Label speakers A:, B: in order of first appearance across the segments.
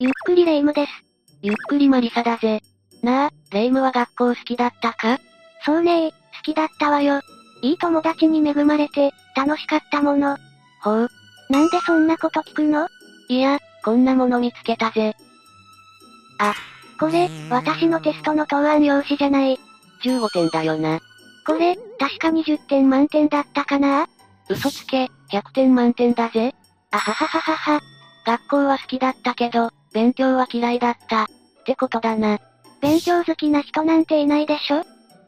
A: ゆっくりレ夢ムです。
B: ゆっくりマリサだぜ。なあ、レ夢ムは学校好きだったか
A: そうねー、好きだったわよ。いい友達に恵まれて、楽しかったもの。
B: ほう、
A: なんでそんなこと聞くの
B: いや、こんなもの見つけたぜ。
A: これ、私のテストの答案用紙じゃない。
B: 15点だよな。
A: これ、確か20点満点だったかな
B: 嘘つけ、100点満点だぜ。あははははは。学校は好きだったけど、勉強は嫌いだった。ってことだな。
A: 勉強好きな人なんていないでしょ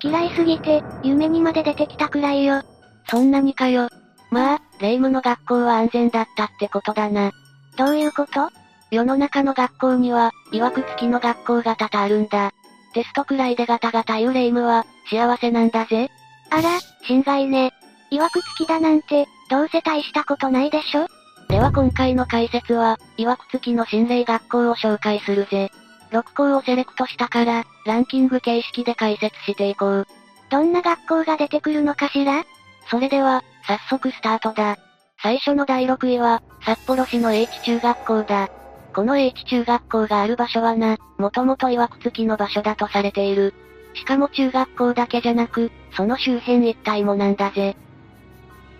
A: 嫌いすぎて、夢にまで出てきたくらいよ。
B: そんなにかよ。まあ、レ夢ムの学校は安全だったってことだな。
A: どういうこと
B: 世の中の学校には、曰く付きの学校が多々あるんだ。テストくらいでガタガタ言うレ夢ムは、幸せなんだぜ。
A: あら、心外ね。曰くつきだなんて、どうせ大したことないでしょ
B: では今回の解説は、曰く付きの心霊学校を紹介するぜ。6校をセレクトしたから、ランキング形式で解説していこう。
A: どんな学校が出てくるのかしら
B: それでは、早速スタートだ。最初の第6位は、札幌市の H 中学校だ。この H 中学校がある場所はな、もともと曰く付きの場所だとされている。しかも中学校だけじゃなく、その周辺一帯もなんだぜ。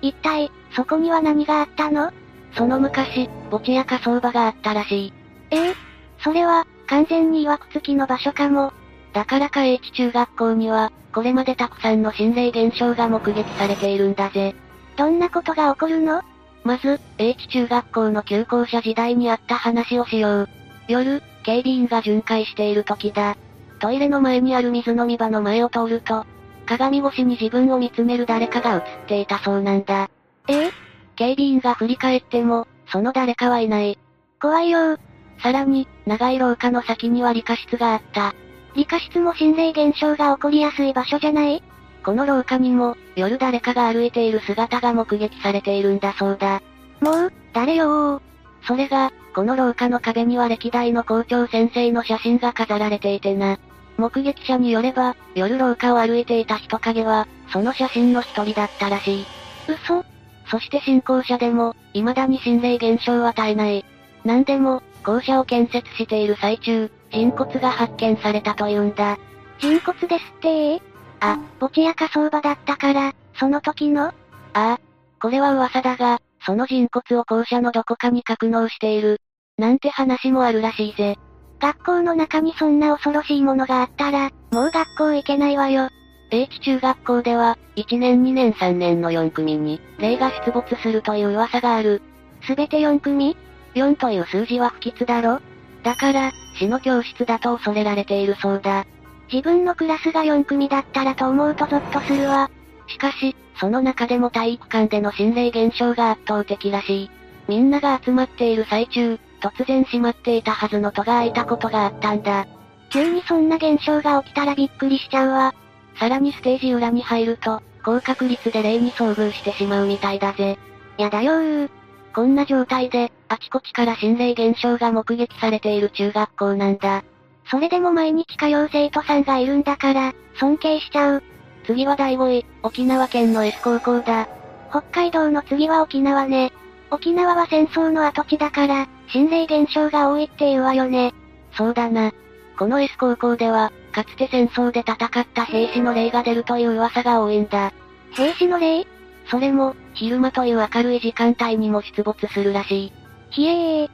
A: 一体、そこには何があったの
B: その昔、墓地や火葬場があったらしい。
A: ええそれは、完全に曰くつきの場所かも。
B: だからか H 中学校には、これまでたくさんの心霊現象が目撃されているんだぜ。
A: どんなことが起こるの
B: まず、H 中学校の休校舎時代にあった話をしよう。夜、警備員が巡回している時だ。トイレの前にある水飲み場の前を通ると、鏡越しに自分を見つめる誰かが映っていたそうなんだ。
A: ええ
B: 警備員が振り返っても、その誰かはいない。
A: 怖いよー。
B: さらに、長い廊下の先には理科室があった。
A: 理科室も心霊現象が起こりやすい場所じゃない
B: この廊下にも、夜誰かが歩いている姿が目撃されているんだそうだ。
A: もう、誰よー。
B: それが、この廊下の壁には歴代の校長先生の写真が飾られていてな。目撃者によれば、夜廊下を歩いていた人影は、その写真の一人だったらしい。
A: 嘘
B: そして新校舎でも、未だに心霊現象は絶えない。なんでも、校舎を建設している最中、人骨が発見されたというんだ。
A: 人骨ですってー
B: あ、
A: 墓地や火葬場だったから、その時の
B: ああ、これは噂だが、その人骨を校舎のどこかに格納している。なんて話もあるらしいぜ。
A: 学校の中にそんな恐ろしいものがあったら、もう学校行けないわよ。
B: H 中学校では、1年2年3年の4組に、霊が出没するという噂がある。
A: すべて4組
B: 4という数字は不吉だろだから、死の教室だと恐れられているそうだ。
A: 自分のクラスが4組だったらと思うとゾッとするわ。
B: しかし、その中でも体育館での心霊現象が圧倒的らしい。みんなが集まっている最中、突然閉まっていたはずの戸が開いたことがあったんだ。
A: 急にそんな現象が起きたらびっくりしちゃうわ。
B: さらにステージ裏に入ると、高確率で霊に遭遇してしまうみたいだぜ。
A: やだよー。
B: こんな状態で、あちこちから心霊現象が目撃されている中学校なんだ。
A: それでも毎日通う生徒さんがいるんだから、尊敬しちゃう。
B: 次は第5位、沖縄県の S 高校だ。
A: 北海道の次は沖縄ね。沖縄は戦争の跡地だから、心霊現象が多いっていうわよね。
B: そうだな。この S 高校では、かつて戦争で戦った兵士の霊が出るという噂が多いんだ。
A: 兵士の霊
B: それも、昼間という明るい時間帯にも出没するらしい。
A: ひえー。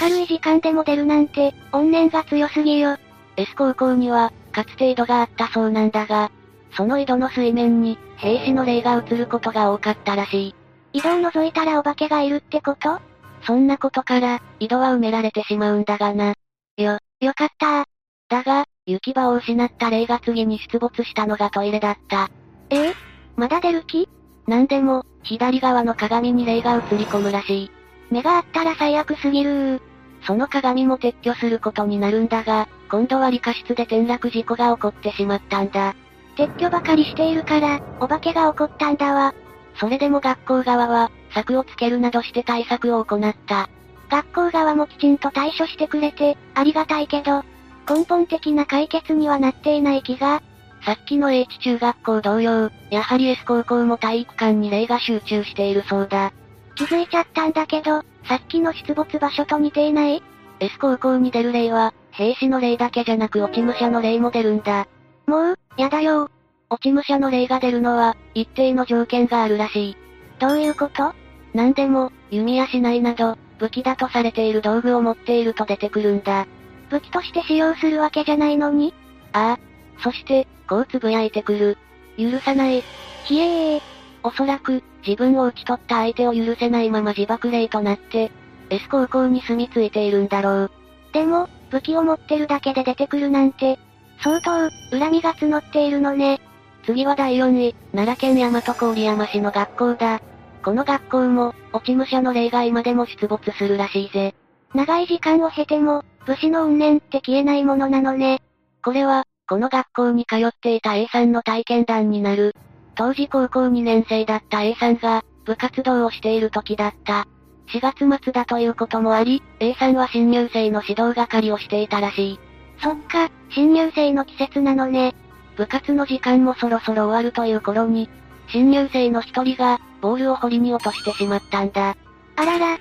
A: 明るい時間でも出るなんて、怨念が強すぎよ。
B: S 高校には、かつて井戸があったそうなんだが、その井戸の水面に、兵士の霊が映ることが多かったらしい。
A: 井戸を覗いたらお化けがいるってこと
B: そんなことから、井戸は埋められてしまうんだがな。
A: よかったー。
B: だが、行き場を失った霊が次に出没したのがトイレだった。
A: えー、まだ出る気
B: なんでも、左側の鏡に霊が映り込むらしい。
A: 目があったら最悪すぎるー。
B: その鏡も撤去することになるんだが、今度は理科室で転落事故が起こってしまったんだ。
A: 撤去ばかりしているから、お化けが起こったんだわ。
B: それでも学校側は、柵をつけるなどして対策を行った。
A: 学校側もきちんと対処してくれて、ありがたいけど、根本的な解決にはなっていない気が、
B: さっきの H 中学校同様、やはり S 高校も体育館に霊が集中しているそうだ。
A: 気づいちゃったんだけど、さっきの出没場所と似ていない
B: S 高校に出る例は、兵士の例だけじゃなく落ち武者の例も出るんだ。
A: もう、やだよ
B: 落ち武者の例が出るのは、一定の条件があるらしい。
A: どういうこと
B: なんでも、弓やしないなど、武器だとされている道具を持っていると出てくるんだ。
A: 武器として使用するわけじゃないのに
B: ああ。そして、こうつぶやいてくる。許さない。
A: ひえー。
B: おそらく、自分を打ち取った相手を許せないまま自爆霊となって、S 高校に住み着いているんだろう。
A: でも、武器を持ってるだけで出てくるなんて、相当、恨みが募っているのね。
B: 次は第4位、奈良県大和郡山市の学校だ。この学校も、落ち武者の例が今でも出没するらしいぜ。
A: 長い時間を経ても、武士の怨念って消えないものなのね。
B: これは、この学校に通っていた A さんの体験談になる。当時高校2年生だった A さんが、部活動をしている時だった。4月末だということもあり、A さんは新入生の指導係をしていたらしい。
A: そっか、新入生の季節なのね。
B: 部活の時間もそろそろ終わるという頃に、新入生の一人が、ボールを掘りに落としてしまったんだ。
A: あらら。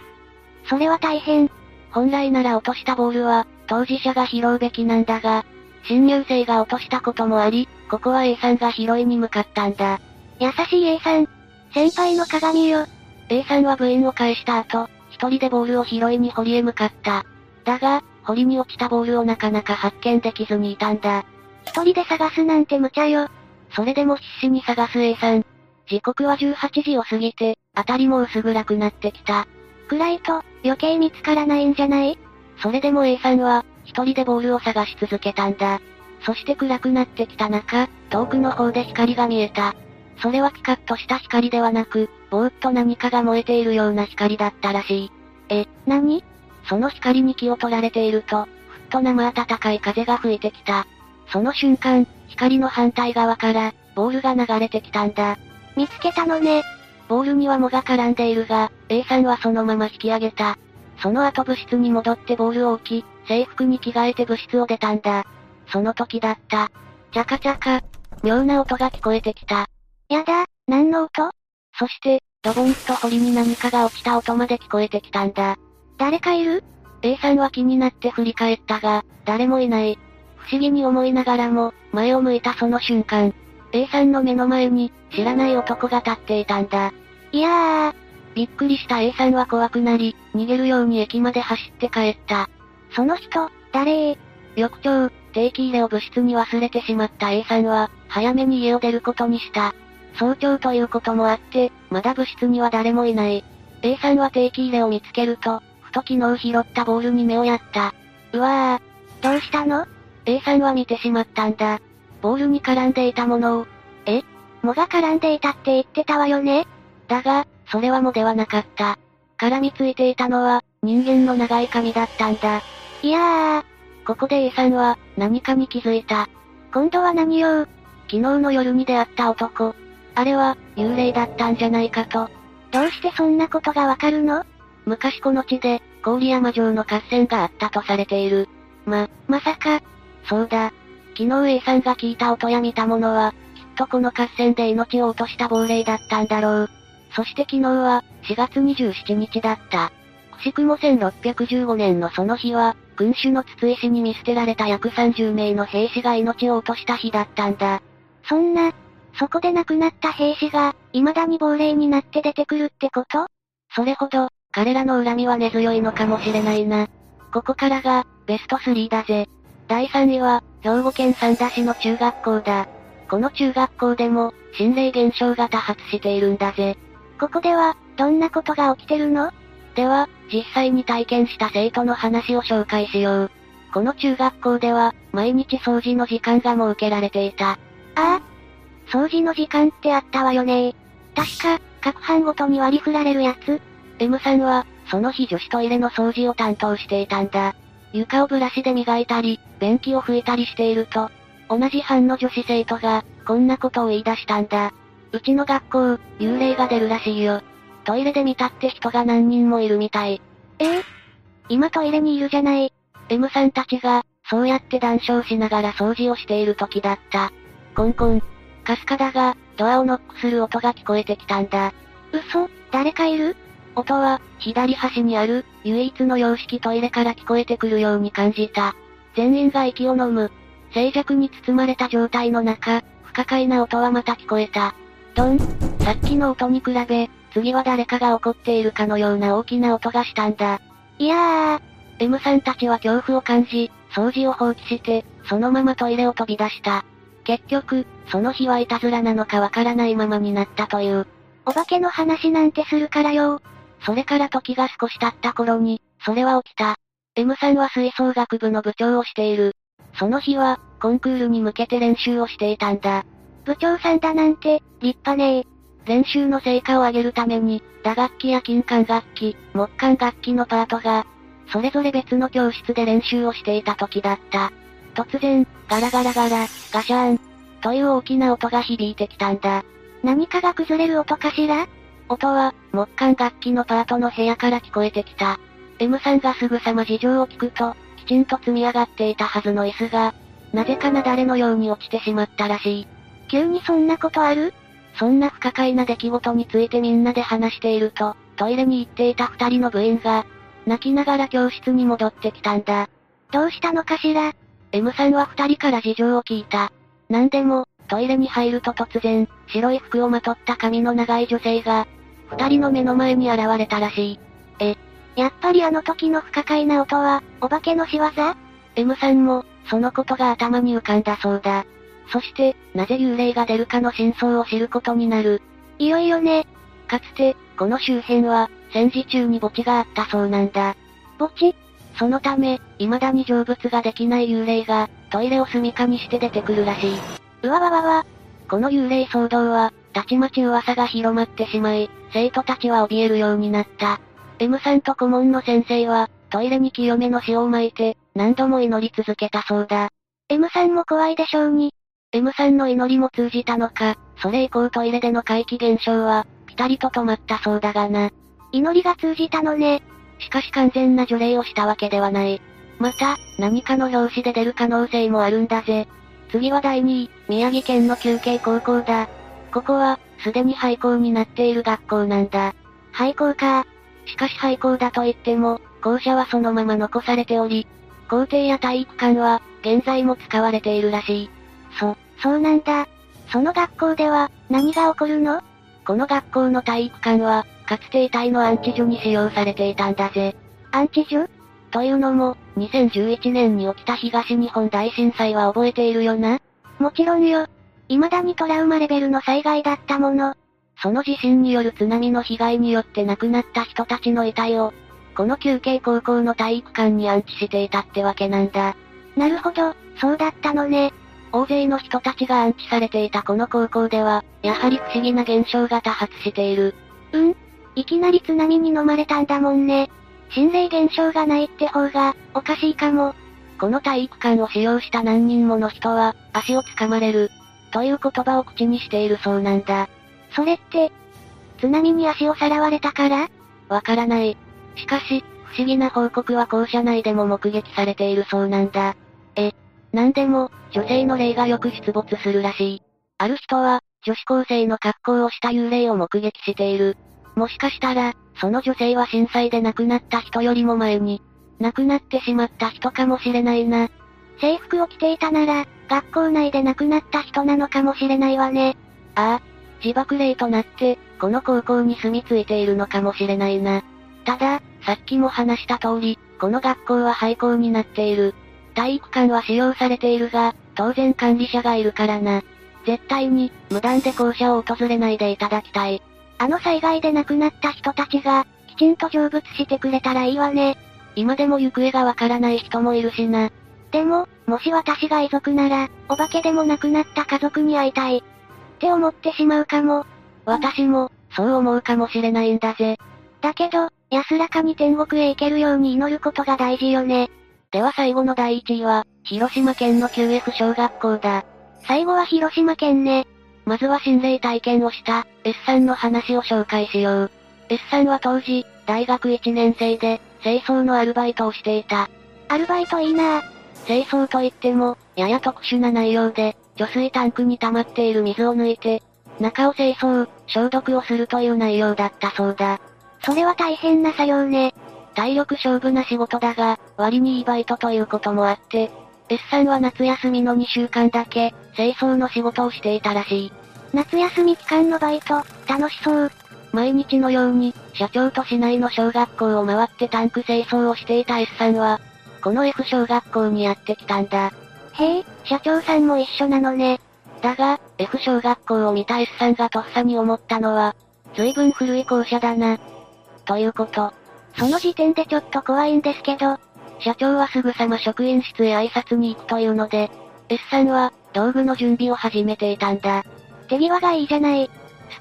A: それは大変。
B: 本来なら落としたボールは、当事者が拾うべきなんだが、新入生が落としたこともあり、ここは A さんが拾いに向かったんだ。
A: 優しい A さん。先輩の鏡よ。
B: A さんは部員を返した後、一人でボールを拾いに堀へ向かった。だが、堀に落ちたボールをなかなか発見できずにいたんだ。
A: 一人で探すなんて無茶よ。
B: それでも必死に探す A さん。時刻は18時を過ぎて、辺りも薄暗くなってきた。
A: 暗いと、余計見つからないんじゃない
B: それでも A さんは、一人でボールを探し続けたんだ。そして暗くなってきた中、遠くの方で光が見えた。それはピカッとした光ではなく、ぼーっと何かが燃えているような光だったらしい。
A: 何
B: その光に気を取られていると、ふっと生暖かい風が吹いてきた。その瞬間、光の反対側から、ボールが流れてきたんだ。
A: 見つけたのね。
B: ボールには藻が絡んでいるが、A さんはそのまま引き上げた。その後部室に戻ってボールを置き、制服に着替えて部室を出たんだ。その時だった。チャカチャカ。妙な音が聞こえてきた。
A: やだ、何の音
B: そして、ドボンと堀に何かが落ちた音まで聞こえてきたんだ。
A: 誰かいる
B: A さんは気になって振り返ったが、誰もいない。不思議に思いながらも、前を向いたその瞬間、A さんの目の前に、知らない男が立っていたんだ。
A: いやー、
B: びっくりした A さんは怖くなり、逃げるように駅まで走って帰った。
A: その人、誰ー
B: 翌朝、定期入れを部室に忘れてしまった A さんは、早めに家を出ることにした。早朝ということもあって、まだ部室には誰もいない。A さんは定期入れを見つけると、ふと昨日拾ったボールに目をやった。うわぁ、
A: どうしたの
B: A さんは見てしまったんだ。ボールに絡んでいたものを、
A: 藻が絡んでいたって言ってたわよね。
B: だが、それはもではなかった。絡みついていたのは、人間の長い髪だったんだ。
A: いやー、
B: ここで A さんは、何かに気づいた。
A: 今度は何よ
B: 昨日の夜に出会った男。あれは、幽霊だったんじゃないかと。
A: どうしてそんなことがわかるの
B: 昔この地で、郡山城の合戦があったとされている。ま、
A: まさか、
B: そうだ。昨日 A さんが聞いた音や見たものは、きっとこの合戦で命を落とした亡霊だったんだろう。そして昨日は、4月27日だった。くしくも1615年のその日は、君主の筒石に見捨てられた約30名の兵士が命を落とした日だったんだ。
A: そんな、そこで亡くなった兵士が、未だに亡霊になって出てくるってこと
B: それほど、彼らの恨みは根強いのかもしれないな。ここからが、ベスト3だぜ。第3位は、兵庫県三田市の中学校だ。この中学校でも、心霊現象が多発しているんだぜ。
A: ここでは、どんなことが起きてるの
B: では、実際に体験した生徒の話を紹介しよう。この中学校では、毎日掃除の時間が設けられていた。
A: ああ、掃除の時間ってあったわよね確か、各班ごとに割り振られるやつ。
B: M さんは、その日女子トイレの掃除を担当していたんだ。床をブラシで磨いたり、便器を拭いたりしていると、同じ班の女子生徒が、こんなことを言い出したんだ。うちの学校、幽霊が出るらしいよ。トイレで見たって人が何人もいるみたい。
A: ええ今トイレにいるじゃない。
B: M さんたちが、そうやって談笑しながら掃除をしている時だった。コンコン。かすかだが、ドアをノックする音が聞こえてきたんだ。
A: 嘘、誰かいる
B: 音は、左端にある、唯一の洋式トイレから聞こえてくるように感じた。全員が息を飲む。静寂に包まれた状態の中、不可解な音はまた聞こえた。ドンさっきの音に比べ、次は誰かが怒っているかのような大きな音がしたんだ。
A: いや
B: M さんたちは恐怖を感じ、掃除を放棄して、そのままトイレを飛び出した。結局、その日はいたずらなのかわからないままになったという。
A: ー、お化けの話なんてするからよ。
B: それから時が少し経った頃に、それは起きた。M さんは吹奏楽部の部長をしている。その日は、コンクールに向けて練習をしていたんだ。
A: 部長さんだなんて、立派ねえ。
B: 練習の成果を上げるために、打楽器や金管楽器、木管楽器のパートが、それぞれ別の教室で練習をしていた時だった。突然、ガラガラガラ、ガシャーン、という大きな音が響いてきたんだ。
A: 何かが崩れる音かしら
B: 音は、木管楽器のパートの部屋から聞こえてきた。M さんがすぐさま事情を聞くと、きちんと積み上がっていたはずの椅子が、なぜかなだれのように落ちてしまったらしい。
A: 急にそんなことある
B: そんな不可解な出来事についてみんなで話していると、トイレに行っていた二人の部員が、泣きながら教室に戻ってきたんだ。
A: どうしたのかしら
B: M さんは二人から事情を聞いた。なんでも、トイレに入ると突然、白い服をまとった髪の長い女性が、二人の目の前に現れたらしい。
A: やっぱりあの時の不可解な音は、お化けの仕業
B: M さんも、そのことが頭に浮かんだそうだ。そして、なぜ幽霊が出るかの真相を知ることになる。
A: いよいよね。
B: かつて、この周辺は、戦時中に墓地があったそうなんだ。
A: 墓地
B: そのため、未だに成仏ができない幽霊が、トイレを住処にして出てくるらしい。
A: うわわわわ。
B: この幽霊騒動は、たちまち噂が広まってしまい、生徒たちは怯えるようになった。M さんと顧問の先生は、トイレに清めの塩をまいて、何度も祈り続けたそうだ。
A: M さんも怖いでしょうに。
B: M さんの祈りも通じたのか、それ以降トイレでの怪奇現象は、ピタリと止まったそうだがな。
A: 祈りが通じたのね。
B: しかし完全な除霊をしたわけではない。また、何かの表紙で出る可能性もあるんだぜ。次は第2位、宮城県の休憩高校だ。ここは、すでに廃校になっている学校なんだ。
A: 廃校か。
B: しかし廃校だと言っても、校舎はそのまま残されており、校庭や体育館は、現在も使われているらしい。
A: そ、そうなんだ。その学校では、何が起こるの
B: この学校の体育館は、かつて遺体の安置所に使用されていたんだぜ。
A: アンチジュ
B: というのも、2011年に起きた東日本大震災は覚えているよな
A: もちろんよ。未だにトラウマレベルの災害だったもの。
B: その地震による津波の被害によって亡くなった人たちの遺体を、この休憩高校の体育館に安置していたってわけなんだ。
A: なるほど、そうだったのね。
B: 大勢の人たちが安置されていたこの高校では、やはり不思議な現象が多発している。
A: いきなり津波に飲まれたんだもんね。心霊現象がないって方が、おかしいかも。
B: この体育館を使用した何人もの人は、足をつかまれる。という言葉を口にしているそうなんだ。
A: それって、津波に足をさらわれたから
B: わからない。しかし、不思議な報告は校舎内でも目撃されているそうなんだ。え、なんでも、女性の霊がよく出没するらしい。ある人は、女子高生の格好をした幽霊を目撃している。もしかしたら、その女性は震災で亡くなった人よりも前に、亡くなってしまった人かもしれないな。
A: 制服を着ていたなら、学校内で亡くなった人なのかもしれないわね。
B: ああ、自爆霊となって、この高校に住み着いているのかもしれないな。ただ、さっきも話した通り、この学校は廃校になっている。体育館は使用されているが、当然管理者がいるからな。絶対に、無断で校舎を訪れないでいただきたい。
A: あの災害で亡くなった人たちが、きちんと成仏してくれたらいいわね。
B: 今でも行方がわからない人もいるしな。
A: でも、もし私が遺族なら、お化けでも亡くなった家族に会いたい。って思ってしまうかも。
B: 私も、そう思うかもしれないんだぜ。
A: だけど、安らかに天国へ行けるように祈ることが大事よね。
B: では最後の第1位は、広島県の QF 小学校だ。
A: 最後は広島県ね。
B: まずは心霊体験をした S さんの話を紹介しよう。S さんは当時、大学1年生で、清掃のアルバイトをしていた。
A: アルバイトいいなぁ。
B: 清掃といっても、やや特殊な内容で、除水タンクに溜まっている水を抜いて、中を清掃、消毒をするという内容だったそうだ。
A: それは大変な作業ね。
B: 体力勝負な仕事だが、割にいいバイトということもあって、S さんは夏休みの2週間だけ、清掃の仕事をしていたらしい。
A: 夏休み期間のバイト、楽しそう。
B: 毎日のように、社長と市内の小学校を回ってタンク清掃をしていた S さんは、この F 小学校にやってきたんだ。
A: へえ、社長さんも一緒なのね。
B: だが、F 小学校を見た S さんがとっさに思ったのは、随分古い校舎だな。ということ。
A: その時点でちょっと怖いんですけど、
B: 社長はすぐさま職員室へ挨拶に行くというので、S さんは、道具の準備を始めていたんだ。
A: 手際がいいじゃない。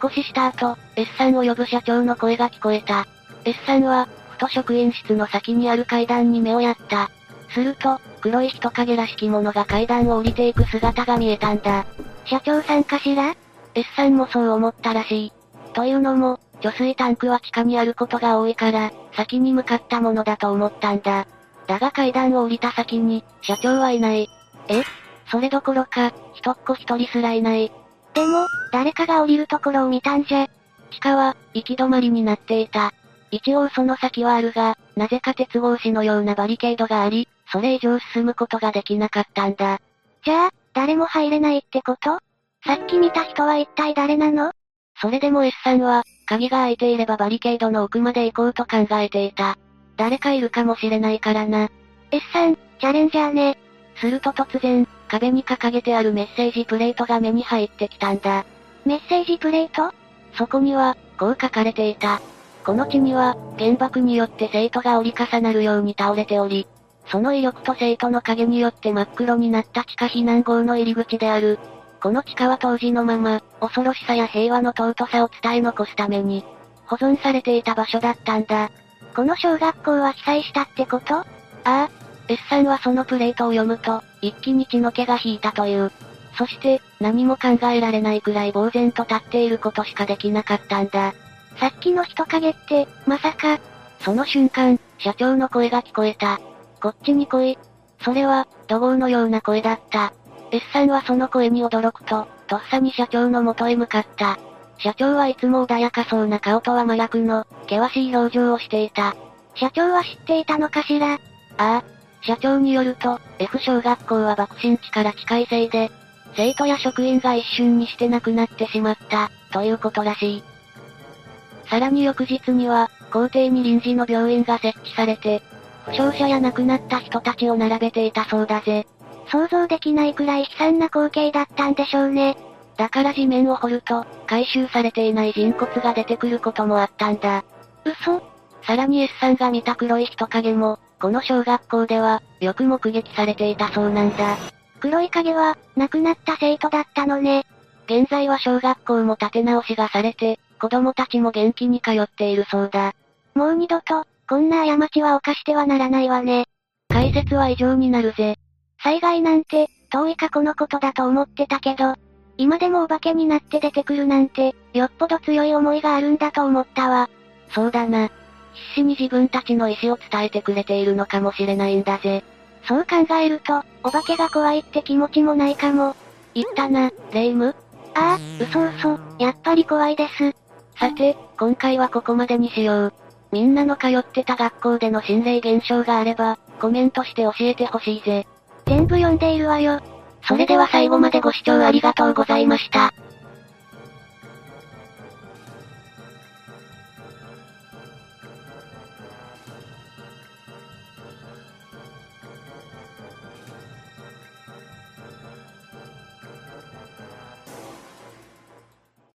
B: 少しした後、S さんを呼ぶ社長の声が聞こえた。S さんは、ふと職員室の先にある階段に目をやった。すると、黒い人影らしきものが階段を降りていく姿が見えたんだ。
A: 社長さんかしら
B: S さんもそう思ったらしい。というのも、貯水タンクは地下にあることが多いから、先に向かったものだと思ったんだ。だが階段を降りた先に、社長はいない。えそれどころか、一っ子一人すらいない。
A: でも、誰かが降りるところを見たんじゃ。
B: 地下は、行き止まりになっていた。一応その先はあるが、なぜか鉄格子のようなバリケードがあり、それ以上進むことができなかったんだ。
A: じゃあ、誰も入れないってことさっき見た人は一体誰なの
B: それでも S さんは、鍵が開いていればバリケードの奥まで行こうと考えていた。誰かいるかもしれないからな。
A: ?S さん、チャレンジャーね。
B: すると突然、壁に掲げてあるメッセージプレートが目に入ってきたんだ。
A: メッセージプレート
B: そこには、こう書かれていた。この地には、原爆によって生徒が折り重なるように倒れており、その威力と生徒の影によって真っ黒になった地下避難号の入り口である。この地下は当時のまま、恐ろしさや平和の尊さを伝え残すために、保存されていた場所だったんだ。
A: この小学校は被災したってこと
B: ああ、S さんはそのプレートを読むと、一気に血の気が引いたという。そして、何も考えられないくらい呆然と立っていることしかできなかったんだ。
A: さっきの人影って、まさか、
B: その瞬間、社長の声が聞こえた。こっちに来い。それは、怒号のような声だった。S さんはその声に驚くと、とっさに社長の元へ向かった。社長はいつも穏やかそうな顔とは真逆の、険しい表情をしていた。
A: 社長は知っていたのかしら
B: ああ、社長によると、F 小学校は爆心地から近いせいで、生徒や職員が一瞬にして亡くなってしまった、ということらしい。さらに翌日には、校庭に臨時の病院が設置されて、負傷者や亡くなった人たちを並べていたそうだぜ。
A: 想像できないくらい悲惨な光景だったんでしょうね。
B: だから地面を掘ると、回収されていない人骨が出てくることもあったんだ。
A: 嘘
B: さらに S さんが見た黒い人影も、この小学校では、よく目撃されていたそうなんだ。
A: 黒い影は、亡くなった生徒だったのね。
B: 現在は小学校も建て直しがされて、子供たちも元気に通っているそうだ。
A: もう二度と、こんな過ちは犯してはならないわね。
B: 解説は以上になるぜ。
A: 災害なんて、遠い過去のことだと思ってたけど、今でもお化けになって出てくるなんて、よっぽど強い思いがあるんだと思ったわ。
B: そうだな。必死に自分たちの意思を伝えてくれているのかもしれないんだぜ。
A: そう考えると、お化けが怖いって気持ちもないかも。
B: 言ったな、レイム。
A: ああ、嘘嘘、やっぱり怖いです。
B: さて、今回はここまでにしよう。みんなの通ってた学校での心霊現象があれば、コメントして教えてほしいぜ。
A: 全部読んでいるわよ。
B: それでは最後までご視聴ありがとうございました。